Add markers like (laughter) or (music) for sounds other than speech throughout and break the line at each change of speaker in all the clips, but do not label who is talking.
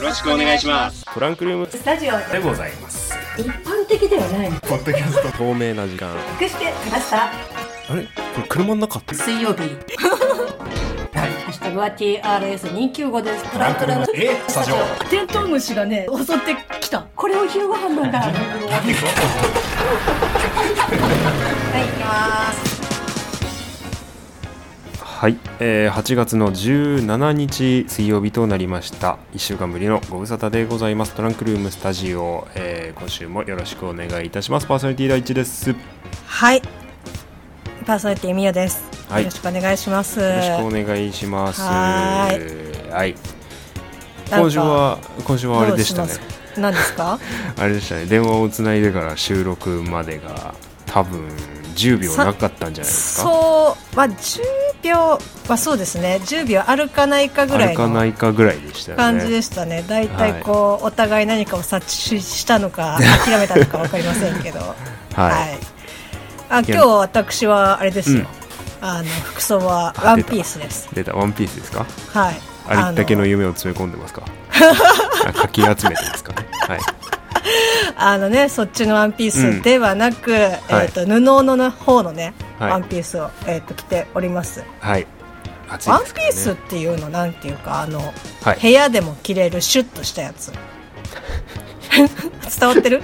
ろしくお願いします。
トランクルーム
スタジオ
でございます。
一般的ではない
ポッドキャスト。
透明な時間
隠してきました
あれこれ車の中って
水 (laughs) 曜日ハッシュタグは TRS295 ですトランクルーム
えスタジオ。
テントウムシがね襲ってきた
これを昼ご飯なんだ
(laughs)
はい行きます
はい、えー、8月の17日水曜日となりました1週間ぶりのご無沙汰でございますトランクルームスタジオ、えー、今週もよろしくお願いいたしますパーソナリティ第一ですよ
はい。パーソナリティみよです、
はい
よろしくお願いします。
ろしくお願いします
は
はい
なんか
今週は今週はあれでしたね
どうします。何ですか？
あれでしたね電話をつないでから収録までが多分10秒なかったんじゃないですか
そう、まあ10秒、まあそうですね。10秒歩かないかぐら
歩
い
かな
の
いかぐらいでしたよね
感じでしたね。だいたいこう、お互い何かを察知したの
(laughs)
か諦めたのかわかりませんけど、はい。
はい、
あ、今日私はあれですよ。
うん
あの服装はワンピースです。
出たワンピースですか
はい。
ありったけ
あ
の
の
夢を詰め込んで
(laughs)
ますかあかき集めてますかねはい
あのね、そっちのワンピースではなく、えっ、
はい
と、布のの方のね、
はい
ワンピースを、えっ、と、着ております。
はい暑い
ワン
で
ピ
す
ースっ
ピ
ていうの、なんていうか、あの、
ーはい
部屋でも着れるシュッとした
(laughs)
やつ。伝わってる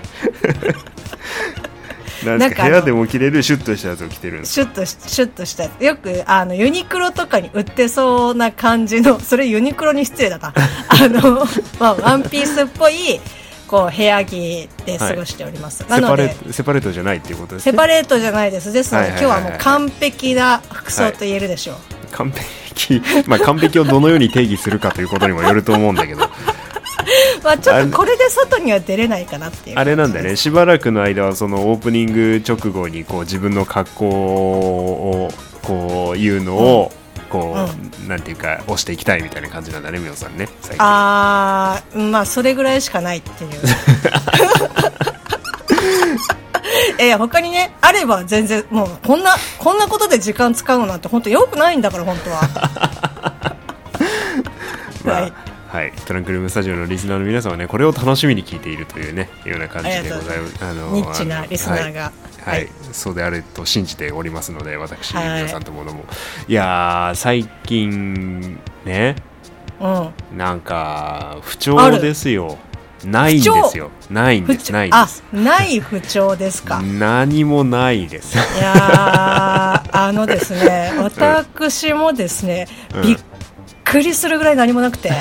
なん
な
で
ん
すか
かあ
部
の
屋でも着れるシュッとしたやつを着てるんです
シュッとし、シュッとしたやつ。よく、あの、ユニクロとかに売ってそうな感じの、 (laughs) それユニクロに失
(laughs)
礼だな。あの、まあ、ワンピースっぽい、こう、部屋着で過ごしております。
セ
なの
パレ
で
ー、トセパレートじゃないっていうことです
セ
ね
パレートじゃないです。ですので、
は
今
いはいはいは
日
い
はもう完璧な服装と言えるでしょう。
完璧まあ完璧をどのように定義するかということにもよると思うんだけど
(laughs) まあ、ち
あ
ょっ
れ
とこれで外には出れないかなっていう。
あれなんだよね。しばらくの間はそのオープニング直後にこう自分の格好をこう言うのをこう、なんていうか押していきたいみたいな感じなんだねみおさんね最近
あー、まあ、それぐらいしかないっていう。 (laughs) えー、他にね、あれば全然、もう、こんな、こんなことで時間使うのなんて、本当良くないんだから、本当は。
(laughs) まあ
はい
はい、トランクルームスタジオのリスナーの皆さんはねこれを楽しみに聞いているというねような感じでございますあの
ニッチなリスナーが。
はい、はいそうであると信じておりますので私
はい
皆さんともども、い、やー最近ね
うん。
なんか不
あ
調
る
ですよないんですよないん
不
です
調
ないんで
あ
す、
ない不調ですか。
何もないです (laughs)
いやーあのですね、私もですね、
うん
びっくりするぐらい何もな
(laughs)
くて、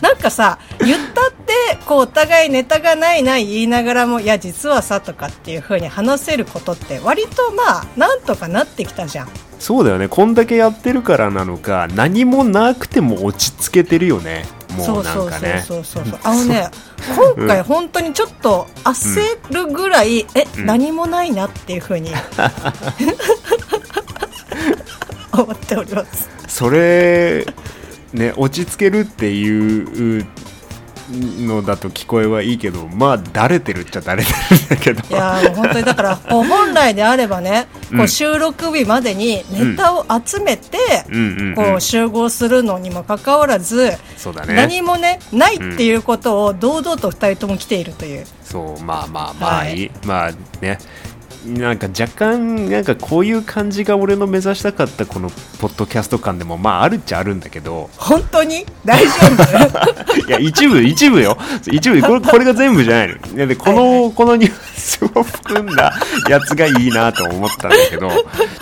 なんかさ、言ったって、こうお互いネタがないない言いながらも、いや、実はさとかっていう風に話せることって、割とまあ、なんとかなってきたじゃん。
そうだよねこんだけやってるからなのか何もなくても落ち着けてるよねも
そうう
な
そ
ん
う
か
そう
ね
そうそうそう、あのね、
(laughs)
今回、本当にちょっと焦るぐらい、え、
うん
何もないなっていう
(laughs)
風に思っております。
それね落ち着けるっていうのだと聞こえはいいけどまあだれてるっちゃだれてるんだけど
いやーもう本当に
(laughs)
だからこう本来であればね、
う
こ
ん
う収録日までにネタを集めて、
うんうん、う
こ
ん
う、集合するのにもかかわらず、
そうだね
何もねないっていうことを堂々と2人とも来ているという、
そうまあまあまあ
はい
い、まあねなんか若干なんかこういう感じが俺の目指したかったこのポッドキャスト感でもまああるっちゃあるんだけど
本当に大丈
(laughs) い
夫
や一部一部よ一部これこれが全部じゃないのいやでこの、
はい
このニュアンスを含んだやつがいいなと思ったんだけ
(laughs)
ど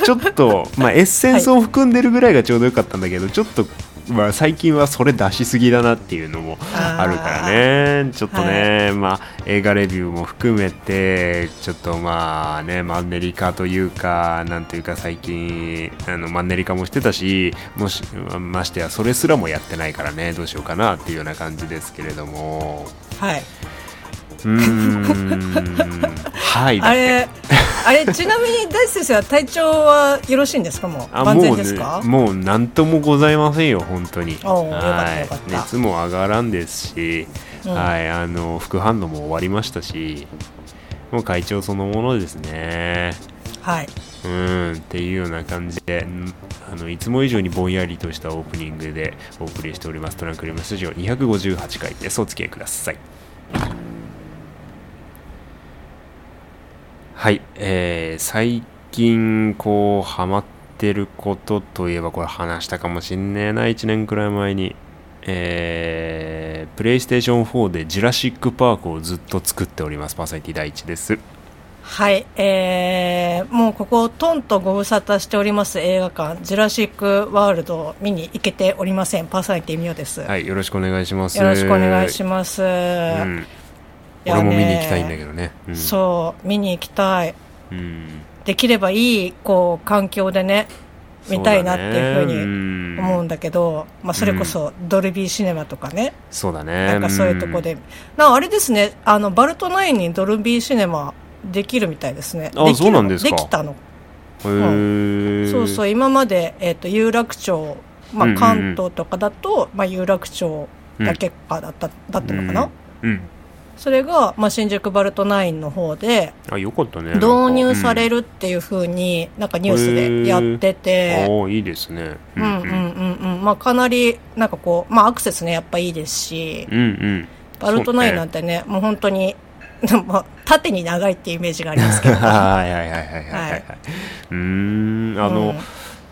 ちょっと、まあ、エッセンスを含んでるぐらいがちょうどよかったんだけど、ちょっと、まあ、最近はそれ出しすぎだなっていうのもあるからねちょっとね、まあ、映画レビューも含めてちょっとまあねマンネリ化というかなんというか最近あのマンネリ化もしてたしもしましてやそれすらもやってないからねどうしようかなっていうような感じですけれども
はい、
うーん (laughs) はいだ
あ
って
れあれちなみに大地先生は体調はよろしいんですかもう
あ
万
も
全
う
ですか、
ね、もう何ともございませんよ本当に
おうよかった
は
よかっ
い
た
熱も上がらんですし、
うん
はいあの副反応も終わりましたしもう会長そのものですね
はい
うんっていうような感じでんあのいつも以上にぼんやりとしたオープニングでお送りしておりますトランクルームスタジオ258回ですお付き合いくださいはいえー、最近こうハマってることといえばこれ話したかもしんねえな1年くらい前にえー、プレイステーション4でジュラシック・パークをずっと作っておりますパーソナリティ第一です
はい、えー、もうここ、トンとご無沙汰しております映画館、ジュラシック・ワールドを見に行けておりません、パーソナリティミオです。
はいよろしくお願いします
よろしくお願いします。
うん、
いや
俺
ね
も見に行きたいんだけどね、うん、
そう、見に行きたい。
うん、
できればいい、こう、環境でね、見たいなっていうふうに
に
思うんだけど、まあ、それこそドルビーシネマとかね、
そうだね
なんかそういうとこで、なんかあれですね、あの、バルトナインにドルビーシネマできるみたいですね。
あ
きる
そうなんですか
できたの
うんへー
そうそう今まで、えっと有楽町、ま
うん
あ
うんう、ん
関東とかだと、まあ、有楽町だけかだった,、だったのかな、
うん、うん
それが、まあ、新宿バルトナインの方で
あよかったね
導入され
る、
るっていう風になんかニュースでやって
うん
て、
おーいいですね
うんうんうんうんまあ、かなりなんかこう、まあ、アクセスねやっぱいいですし
うんうん
バルトナインなんてねもう本当に (laughs) まあ縦に長いっていうイメージがありますけ
(laughs)
ど。
はいはいはいはいはいはい、はい、うーんあの、
うん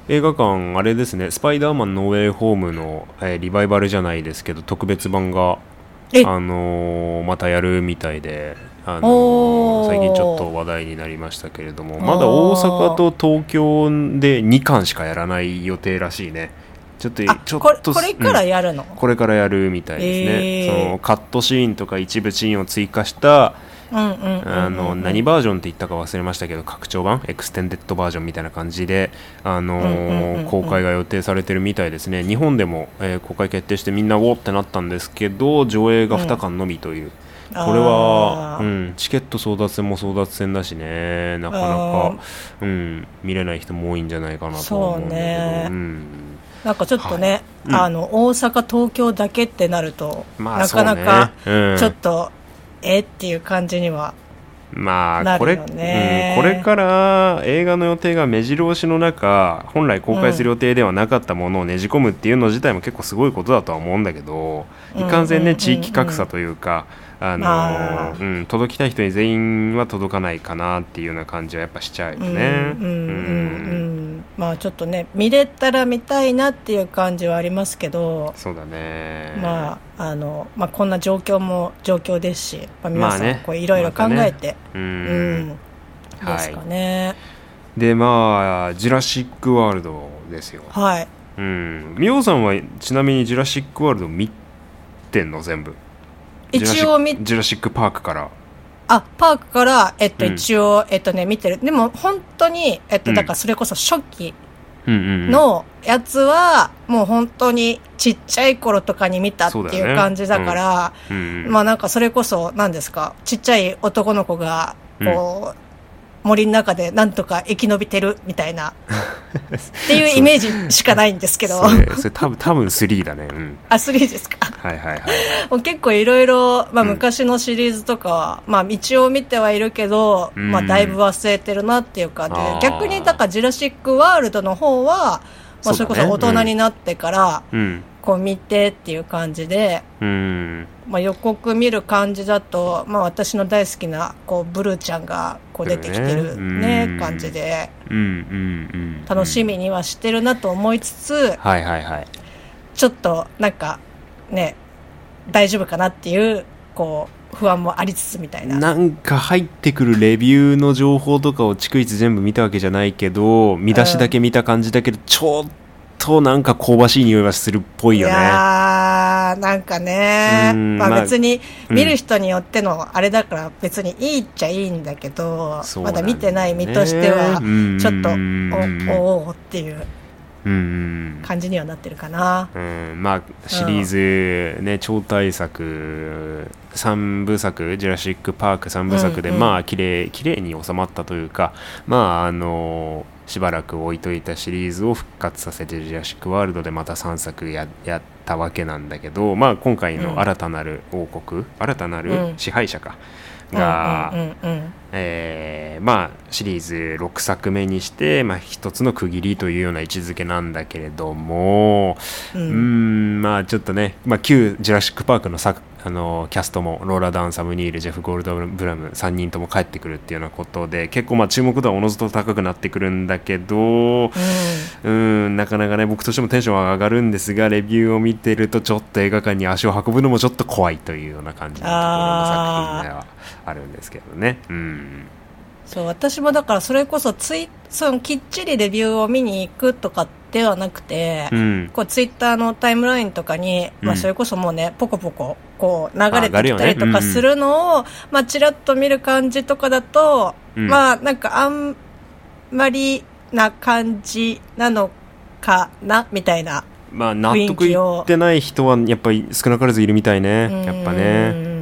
映画館あれですね「スパイダーマンノーウェイホームの」えーリバイバルじゃないですけど特別版が
え
あのーまたやるみたいで、あの
お
ー
ー
最近ちょっと話題になりましたけれどもまだ大阪と東京で2巻しかやらない予定らしいねちょっと
あ
ちょっ
これ
と
これから
うん
やるの、
これからやるみたいですね、
えー
そのカットシーンとか一部シーンを追加した
うんうんうんうんうん
あの何バージョンって言ったか忘れましたけど拡張版エクステンデッドバージョンみたいな感じで、あのー
うんうんうんうん
公開が予定されてるみたいですね日本でも、えー公開決定してみんなおーってなったんですけど上映が2巻のみという、これは
あ、ー
うん、チケット争奪戦も争奪戦だしねなかなか、うん、見れない人も多いんじゃないかなとは思うんだけど
そうね
うん
なんかちょっとね、
うん
あの大阪、東京だけってなると、
まあ
なかなか、
そうねうん
ちょっと、えっていう感じには、
まあ
な
これ、
るよね
うんこれから映画の予定が目白押しの中本来公開する予定ではなかったものをねじ込むっていうの自体も結構すごいことだとは思うんだけど、
うん
いかんせん
うんうんう
ね
ん
地域格差というか、あの
まあ
うん、届きたい人に全員は届かないかなっていうような感じはやっぱしちゃうよ
うん
ね。
うんうんう
うん
んまあちょっとね、見れたら見たいなっていう感じはありますけど、
そうだね
まああのまあ、こんな状況も状況ですし、まあ、皆さ
まあね
ん、こういろいろ考えて、
う
う
ん
ん
はい
ですかね、
でまあ「ジュラシック・ワールド」ですよ。
はい、
うん、ミオさんはちなみに「ジュラシック・ワールド」見てんの全部
一応見
ジュラシックジュラシック・パークから
あ、パークから、えっと、
うん
一応、えっとね、見てる。でも、本当に、えっと、
うん
だから、それこそ初期
の
のやつは、もう本当にちっちゃい頃とかに見たって
そうだ
い
よね
う感じだから、まあなんかそれこそ、何ですか、ちっちゃい男の子が、こう、森の中でなんとか生き延びてるみた
(laughs)
いな、っていうイメージしかないんですけど、 (laughs)
それそれ多分多分3だねうん
アスリートですか。 (laughs)
はいはいはい
もう結構いろいろ、まあ、
うん
昔のシリーズとかは、まあ一応見てはいるけど、
うん
まあだいぶ忘れてるなっていうかで
あー
逆にだからジュラシック・ワールドの方は、まあ、そ
そうだね
れこそ大人になってから、
うん
こう見てっていう感じで、
うん
まあ、予告見る感じだと、まあ、私の大好きなこうブルーちゃんがこう出てきて
そう
る
だね
ね
うん
感じで
うんうんうん
楽しみにはしてるなと思いつつ
はいはいはい
ちょっとなんかね大丈夫かなっていうこう不安もありつつみたいな。
なんか入ってくるレビューの情報とかを逐一全部見たわけじゃないけど見出しだけ見た感じだけどちょっとなんか香ばしい匂いがするっぽいよね
やーなんかね、
うん
ま
まあ
あ別に
うん
見る人によってのあれだから別にいいっちゃいいんだけど、
そうな
ま
んだよ
だ
ね
見てない身としては
うん
ちょっと
うん
おおおーっていう
うんうん
感じにはなってるかな。
うん、まあシリーズね、超大作3部作「ジュラシック・パーク」3部作で、
うんうん
まあ綺麗綺麗に収まったというかまああのしばらく置いといたシリーズを復活させて「ジュラシック・ワールド」でまた3作ややったわけなんだけど、まあ、今回
う
の
ん
新たなる王国、新たなる
うん
支配者か、
うん
が、
うんうんうん
えーまあシリーズ6作目にして、まあ、一つの区切りというような位置づけなんだけれどもう
う
ーん
ん
まあちょっとね、まあ、旧ジュラシック・パークの作あのキャストもローラ・ダウンサム・ニールジェフ・ゴールドブラム3人とも帰ってくるっていうようなことで結構まあ注目度はおのずと高くなってくるんだけど、うーんなかなかね僕としてもテンションは上がるんですがレビューを見てるとちょっと映画館に足を運ぶのもちょっと怖いというような感じのところの作品ではあるんですけどね。うん
そう私もだからそれこそツイそのきっちりレビューを見に行くとかではなくて、
うん
こうツイッターのタイムラインとかに、
うん
まあ、それこそもうねポコポコこう流れ
あ上が
て
るよ
きた
ね
りとかするのを、まあ、ちらっと見る感じとかだと、
うん
まあなんかあんまりな感じなのかなみたいな
まあ納得いってない人はやっぱり少なからずいるみたいね (laughs) やっぱね。
うん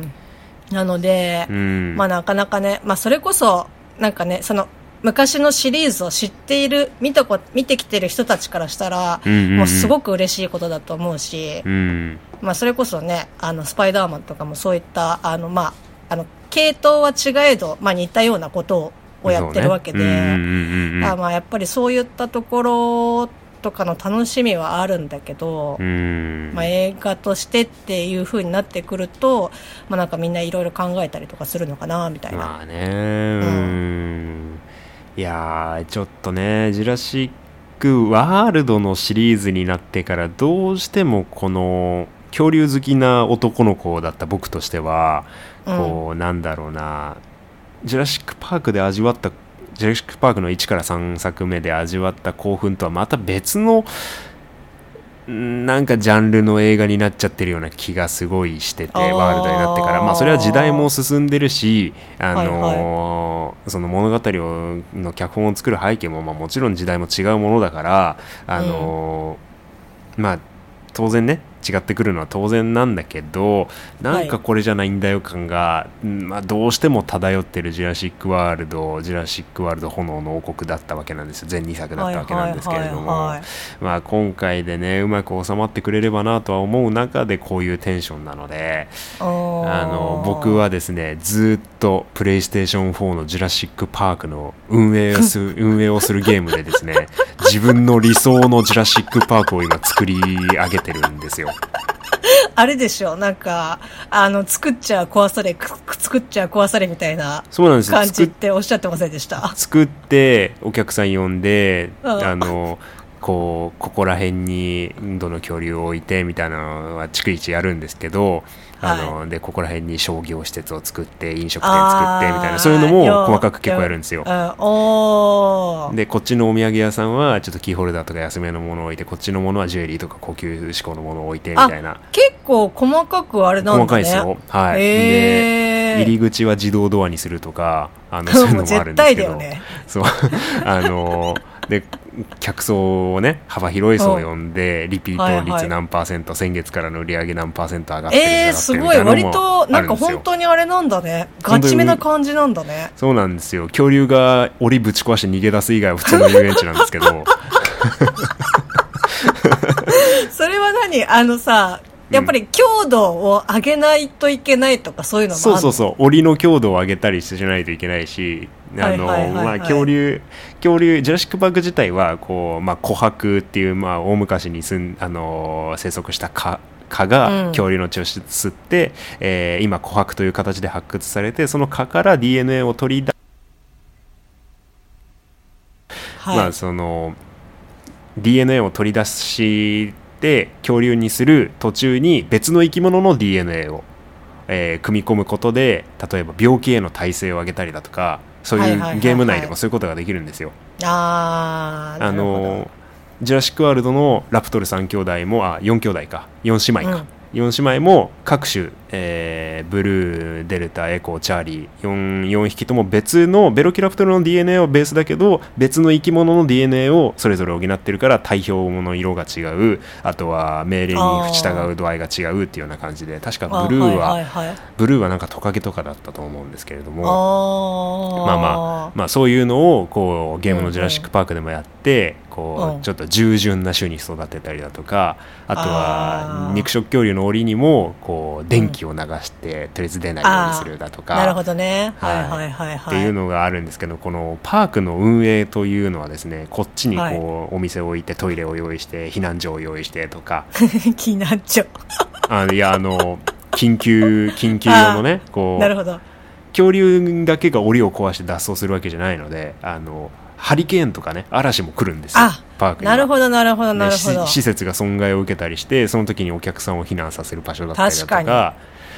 なので、
うん
まあなかなかね、まあそれこそ、なんかね、その、昔のシリーズを知っている、見たこ、見てきてる人たちからしたら、
うんうんうん
もうすごく嬉しいことだと思うし、
うん
まあそれこそね、あの、スパイダーマンとかもそういった、あの、まあ、あの、系統は違えど、まあ似たようなことをやってるわけで、
そうねうんうんうんうん
あまあやっぱりそういったところとかの楽しみはあるんだけど、
うん
まあ、映画としてっていう風になってくると、まあ、なんかみんないろいろ考えたりとかするのかなみたいな、
まあねうんいやーちょっとね「ジュラシック・ワールド」のシリーズになってからどうしてもこの恐竜好きな男の子だった僕としてはこう、なんだろうな「ジュラシック・パーク」で味わった「ジュラシック・パーク」の1から3作目で味わった興奮とはまた別のうんなんかジャンルの映画になっちゃってるような気がすごいしてて
あー
ワールドになってからまあそれは時代も進んでるしあのーその物語をの脚本を作る背景も、まあ、もちろん時代も違うものだからあのーまあ当然ね違ってくるのは当然なんだけどなんかこれじゃないんだよ感が、うんまあ、どうしても漂ってる「ジュラシック・ワールド」「ジュラシック・ワールド炎の王国」だったわけなんですよ全2作だったわけなんですけれども
はいはいはいはい
まあ今回でねうまく収まってくれればなとは思う中でこういうテンションなのであの僕はですねずーっとプレイステーション4の「ジュラシック・パーク」の運営をす運営をするゲームでです
(laughs)
ね自分の理想の「ジュラシック・パーク」を今作り上げてるんですよ。
(laughs) あれでしょなんかあの作っちゃ壊されくく作っちゃ壊されみたいな
そうなんですよ
感じ
作
っ
って
おっしゃってませんでした
作ってお客さん呼んで、
うん
あのこうここら辺にどの恐竜を置いてみたいなのは逐一やるんですけど、あのでここら辺に商業施設を作って飲食店作ってみたいなそういうのも細かく結構やるんですよ
う。ん、おー
でこっちのお土産屋さんはちょっとキーホルダーとか安めのものを置いてこっちのものはジュエリーとか高級志向のものを置いてみたいな
結構細かくあれなんだね
細かいですよはい、
へー
で入り口は自動ドアにするとかあのそういう
(laughs) も
の
う
もある
絶
んです
対
け
だ
ど
よね
そう (laughs) あので客層をね幅広い層を呼んでリピート
はいは
率
い
何パーセント先月からの売り上げ何パーセント上がってる
えー、
下
す
が
ご
って
い
るみたい
割
なのも
と
あ
なん
るん
か
ですよ
本当にあれなんだねガチめな感じなんだね
そうなんですよ恐竜が檻ぶち壊して逃げ出す以外は普通の遊園地なんですけ
(laughs)
ど
それは何あのさ、やっぱり強度を上げないといけないとかそういうのもある
そうそうそう檻の強度を上げたりしないといけないしあの
はいはいはい
ま
は
あ
い
恐竜恐竜ジュラシック・パーク自体はこう、まあ、琥珀っていう、まあ、大昔に住ん、あのー生息した蚊蚊
うん
が恐竜の血を吸って、えー今琥珀という形で発掘されてその蚊から DNA を取り出
はい、
まあその DNA を取り出して恐竜にする途中に別の生き物の DNA を、えー組み込むことで例えば病気への耐性を上げたりだとかそう
はい
い
はいはいは
う
い
ゲーム内でもそういうことができるんですよ。
あー
あ
なるほど
のジュラシック・ワールドのラプトル3兄弟もあ4兄弟か4姉妹か、4姉妹も各種、えーブルーデルタエコーチャーリー 4, 4匹とも別のベロキラプトルの DNA はベースだけど別の生き物の DNA をそれぞれ補ってるから体表の色が違うあとは命令に従う度合いが違うっていうような感じで確か
あ
ブルーは、
はいはいはい
ブルーはなんかトカゲとかだったと思うんですけれども
あー
まあまあそういうのをこうゲームの「ジュラシック・パーク」でもやってこ
うん
うちょっと従順な種に育てたりだとかあと
あ
は
ー
肉食恐竜の檻にもこう電気を流してとりあえず出ないようにするだとか。
なるほどね。
は
はいいはいはい
っ
は
ていう
い。
のがあるんですけど、このパークの運営というのはですねこっちにこう、
はい
お店を置いてトイレを用意して避難所を用意してとか
(laughs) 気になっちゃう。
あのいやあの緊急緊急用の
(laughs)
ねこ
なる
う
ほど。
恐竜だけが檻を壊して脱走するわけじゃないのであのハリケーンとかね嵐も来るんですよ
あ
パークには
なるほどなるほど
ね
なるほど
し。施設が損害を受けたりしてその時にお客さんを避難させる場所だったりだとか
確か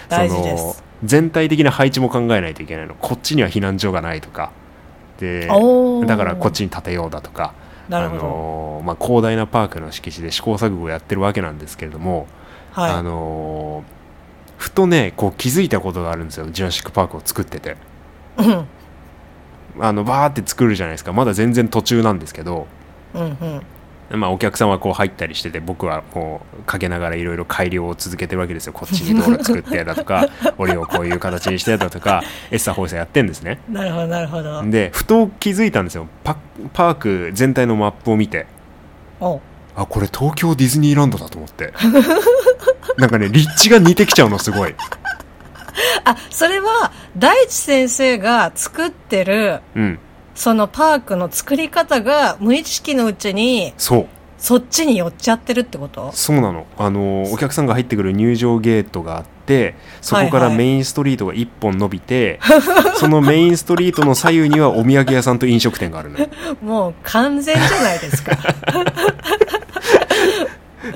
大事で
その
す
全体的な配置も考えないといけないのこっちには避難所がないとかで
おー
だからこっちに建てようだとか
なるほ
あ
ど。
のーまあ、広大なパークの敷地で試行錯誤をやってるわけなんですけれども、あ
は
のーふとねこう気づいたことがあるんですよジュラシック・パークを作ってて
い。うん
あのバーって作るじゃないですかまだ全然途中なんですけど、
うんうん。
まあ、お客さんはこう入ったりしてて僕はこうかけながらいろいろ改良を続けてるわけですよこっちに道路作ってだとか檻をこういう形にしてだとかエッサ放射やってんですね
なるほどなるほど。
でふと気づいたんですよパパーク全体のマップを見て
おう
あこれ東京ディズニーランドだと思ってなんかね立地が似てきちゃうのすごい
あ、それは大地先生が作ってる
うん
そのパークの作り方が無意識のうちに
そう
そっちに寄っちゃってるってこと
そうなのあのお客さんが入ってくる入場ゲートがあってそこか
は
ら
いはい
メインストリートが1本伸びて、 (laughs) そのメインストリートの左右にはお土産屋さんと飲食店があるのよ
もう完全じゃないです
(laughs)
か。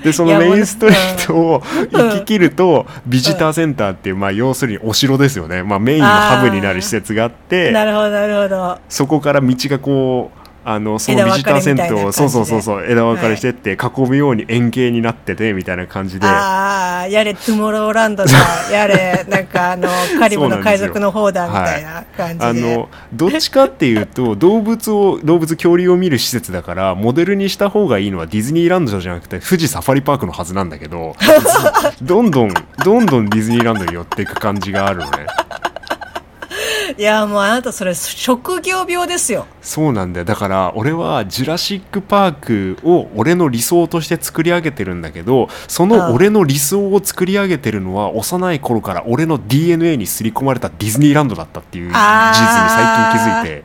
でそのメインストリートを行き切るとビジターセンターっていう、まあ、要するにお城ですよね、まあ、メインのハブになる施設があって
なるほどなるほど。
そこから道がこうあのその
枝
ビ
分
ジ
か
タ
れ
ー
みた
セ
い
ン
な
ターをそうそうそうそう枝分かれしてって囲むように円形になっててみたいな感じで。
ああ、やれ、トゥモローランドだ、
(laughs)
やれ、なんかあの、カリブの海賊の方だ、みたいな感
あ
じで。
のどっちかっていうと (laughs) 動物を動物恐竜を見る施設だからモデルにした方がいいのはディズニーランドじゃなくて富士サファリパークのはずなんだけど (laughs) どんどんどんどんディズニーランドに寄っていく感じがあるのね
いや、もうあなたそれ、職業病ですよ。
そうなんだよだから俺はジュラシック・パークを俺の理想として作り上げてるんだけどその俺の理想を作り上げてるのは幼い頃から俺の DNA に刷り込まれたディズニーランドだったっていう事実に最近気づいて。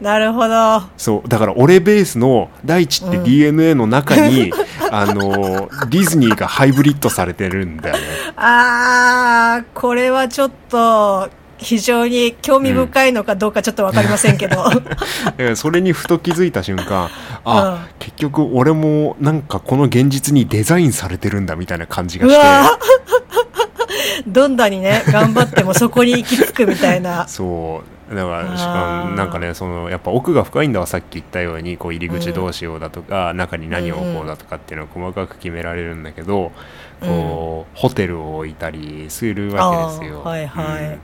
なるほど。
そうだから俺ベースの大地って
うん
DNA の中
(laughs)
に、あのディズニーがハイブリッドされてるんだよね
ああ、これはちょっと、非常に興味深いのかどうかちょっとわかりませんけど。
だからそれにふと気づいた瞬間あ、
う
結局俺もなんかこの現実にデザインされてるんだみたいな感じが
(laughs) うわ
して
ー (laughs) どんなにね、頑張ってもそこに行き着くみたいな。
そうだからし
あー
うんなんかねそのやっぱ奥が深いんだわさっき言ったようにこう入り口どうしようだとか、中に何を置こうだとかっていうのを細かく決められるんだけど、こうホテルを置いたりするわけですよ。
あーはいはい
うん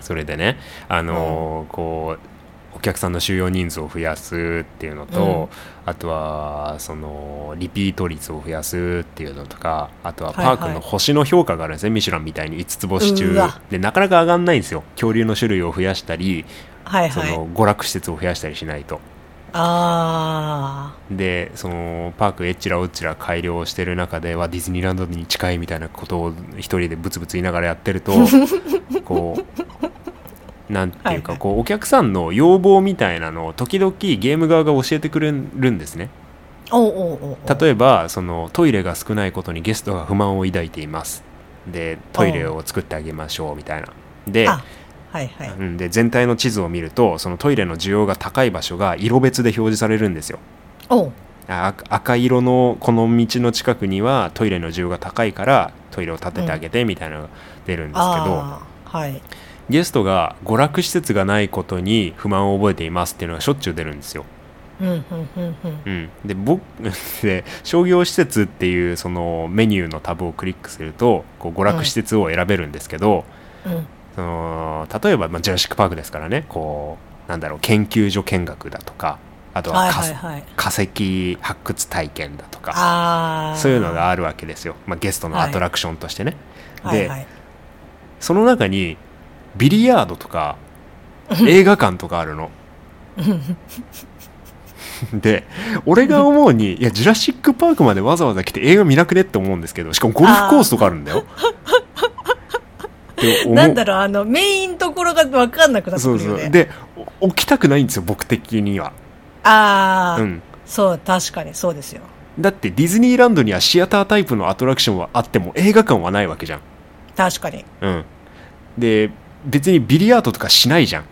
それでね、あのーこうお客さんの収容人数を増やすっていうのと、あとはそのリピート率を増やすっていうのとかあとはパーク
はい
の
はい
星の評価があるんですね、ミシュランみたいに5つ星中
うわ
でなかなか上がんないんですよ恐竜の種類を増やしたり、
はい
そ
はい。
の娯楽施設を増やしたりしないと。
あ
でそのパークえっちらおっちら改良してる中ではディズニーランドに近いみたいなことを一人でブツブツ言いながらやってると
(laughs)
こうなんていうか、
はいはい
こうお客さんの要望みたいなのを時々ゲーム側が教えてくれるんですね
あ。おうおうおうおう。
例えばそのトイレが少ないことにゲストが不満を抱いていますでトイレを作ってあげましょうみたいなで
あ、はいはい。
うん、で全体の地図を見るとそのトイレの需要が高い場所が色別で表示されるんですよ
おう。
あ赤赤色のこの道の近くにはトイレの需要が高いからトイレを建ててあげてみたいなのが出るんですけど、
ああはい。
ゲストが娯楽施設がないことに不満を覚えていますっていうのがしょっちゅう出るんですよ。
うんうんうんうん。
うん、で僕 (laughs) で商業施設っていうそのメニューのタブをクリックするとこう娯楽施設を選べるんですけど、
うん
その例えば、まあ、ジュラシック・パークですからねこうなんだろう研究所見学だとかあと
は
はいか
はいはい。
化石発掘体験だとか
ああ。
そういうのがあるわけですよ、まあ、ゲストの
はい
アトラクションとしてね、
はい
で、
はい。
その中にビリ
(laughs)
ヤードとか映画館とかあるので俺が思うにいや「ジュラシック・パーク」までわざわざ来て映画見なくねって思うんですけどしかもゴルフコースとかあるんだよ。って思う
なんだろう、あの、メインところが分かんなくなってく
そう
る
そ
よ
う
ね。
でお起きたくないんですよ僕的には、
ああ、
うん、
そう、確かにそうですよ。
だってディズニーランドにはシアタータイプのアトラクションはあっても映画館はないわけじゃん、
確かに。
うん、で別にビリヤードとかしないじゃん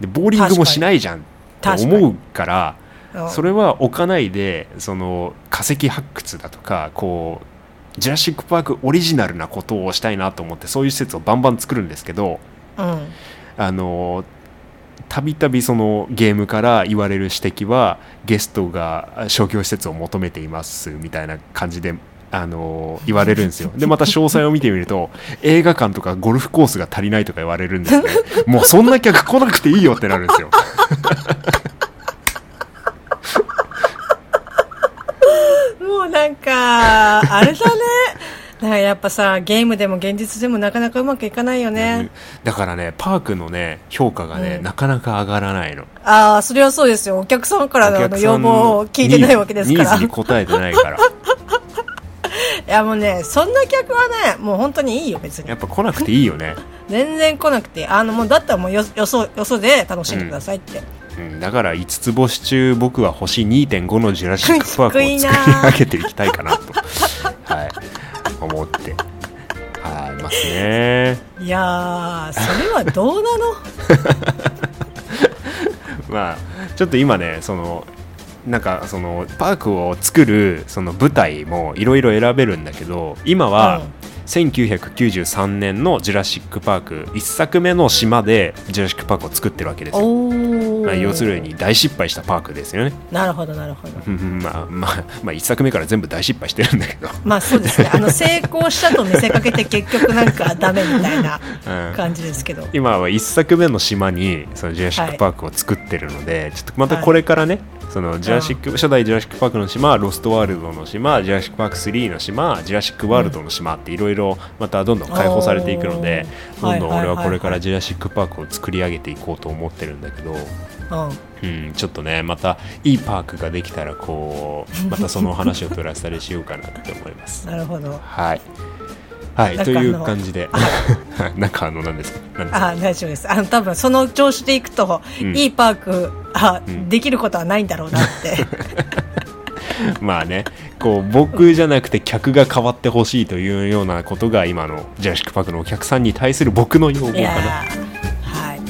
でボーリングもしないじゃんって
確かに
思うから
うん
それは置かないでその化石発掘だとかこうジュラシック・パークオリジナルなことをしたいなと思ってそういう施設をバンバン作るんですけど
うん。
あのたびたびそのゲームから言われる指摘はゲストが商業施設を求めていますみたいな感じであの言われるんですよでまた詳細を見てみると (laughs) 映画館とかゴルフコースが足りないとか言われるんですねもうそんな客来なくていいよってなるんですよ
もうなんか、あれだね。 (laughs) なんかやっぱさ、ゲームでも現実でもなかなかうまくいかないよ (laughs) ね。
だからねパークのね評価がね、
うん
なかなか上がらないの
ああ、それはそうですよ。お客さんからのあ
お
の
客
要
さんの
望を聞いてないわけです
ニ
か
ー
ら。
ズ
い
に応えてないから
やもうね、そんな客はね、もう本当にいいよ、別に
やっ。ぱ来なくていいよね、
全然来なくて、あの、もうだったらもうよ、よそ、よそで楽しんでくださいって。
うん、だから5つ星中僕は星2.5のジュラシック・パークを作り上げていきたいかな
(laughs)
と、はい、思ってはいますね
いやー、それはどう
(laughs)
なの
まあちょっと今ねそのなんかそのパークを作るその舞台もいろいろ選べるんだけど今
う
は
ん
1993年の「ジュラシック・パーク」1作目の島で「ジュラシック・パーク」を作ってるわけですよ、
おー。
まあ、要する。に大失敗したパークですよね
なるほど、なるほど。
うんまあまあまあ1作目から全部大失敗してるんだけど、
まあそ
(laughs)
うですね。あの、成功したと見せかけて結局なんかダメみたいな (laughs)
うん
感じですけど。
今は1作目の島にそのジュラシック・パークを作ってるので、ちょっとまたこれからね、そのジュラシック初代ジュラシック・パークの島ロストワールドの島ジュラシック・パーク3の島ジュラシック・ワールドの島っていろいろまたどんどん解放されていくので
おー
どんどん俺
はいは
は
いはいはい
これからジュラシック・パークを作り上げていこうと思ってるんだけど。
うん。
うん、ちょっとねまたいいパークができたらこうまたそのお話を取らせたりしようかなって思います。
なるほど。
はい。はい、
なん
と
か
いう
あの
感じ (laughs) で。なんかあの、なんですかなんですか
あ大丈夫です。あの、多分その調子でいくと、
うん
いいパーク、あ、
うん
できることはないんだろうなって。
まあね、こう、僕じゃなくて客が変わってほしいというようなことが、今のジュラシック・パークのお客さんに対する僕の要望
いや
かな。
ーはい。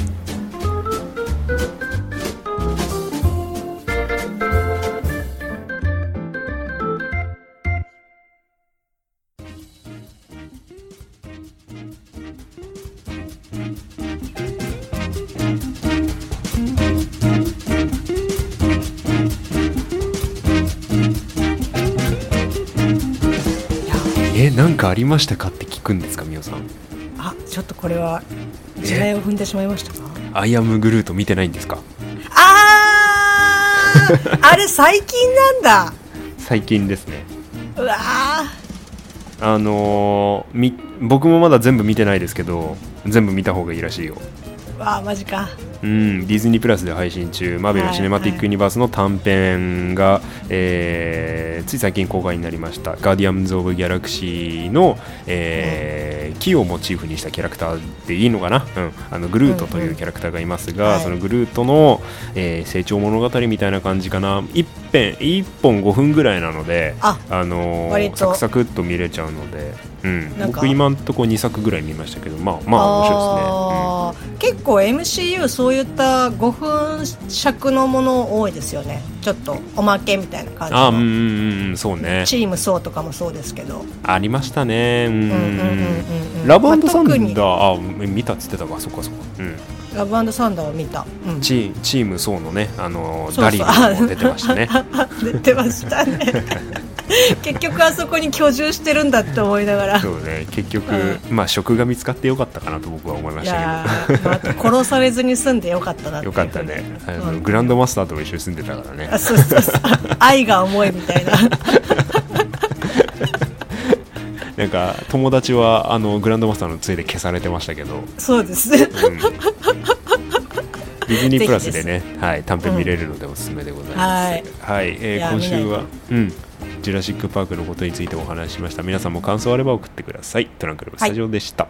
え、なんかありましたかって聞くんですか、みおさん。
あ、ちょっとこれは、地雷を踏んでしまいましたか
アイアム・グルート見てないんですか
あーあ
(laughs)
れ最近なんだ
最近ですね。
うわ
あのーみ、僕もまだ全部見てないですけど、全部見た方がいいらしいよ。
ーわーマジか
うん、ディズニープラスで配信中、マーベル・シネマティック・ユニバースの短編が、えーつい最近公開になりました、ガーディアンズ・オブ・ギャラクシーの、えー木をモチーフにしたキャラクターでいいのかな、うん、あのグルートというキャラクターがいますが、
うんうん
そのグルートの、えー成長物語みたいな感じかな、一編一本5分ぐらいなので、
あ
のー
割と
サクサクっと見れちゃうので、うん
なん、か
僕、今んとこ2作ぐらい見ましたけど、まあ、まあ、面白いですね。うん
いですね、結構 MCU そういった5分尺のもの多いですよねちょっとおまけみたいな感じの
あうんうんうんそうね
チームそうとかもそうですけど
ありましたねうん
うんうんうんうん
ラブサンダ
まあ特に
ーあ見たっつってたわそっかそっか、うん、
ラブサンダーを見た、うん、
チチームソーのねあの
そうそう
ダリルも出てましたね
(laughs) 出てましたね
(laughs)
結局あそこに居住してるんだって思いながら
そうね結局、まあ職が見つかってよかったかなと僕は思いま
い
した
やー、まあ、あと殺されずに済んでよかったなっ
け
て
ど
いう
よかったねあの、
うん
グランドマスターとも一緒に住んでたからね
あそうそうそう愛が重いみたいな
なんか友達はあのグランドマスターの杖で消されてましたけど、
そうですね
うんディズニープラスでねはい、短編見れるのでおすすめでございます。
はい
はい、え
い
ー
や
今週は
見、
うん、ジュラシック・パークのことについてお話ししました。皆さんも感想あれば送ってください。トランクルームスタジオでした。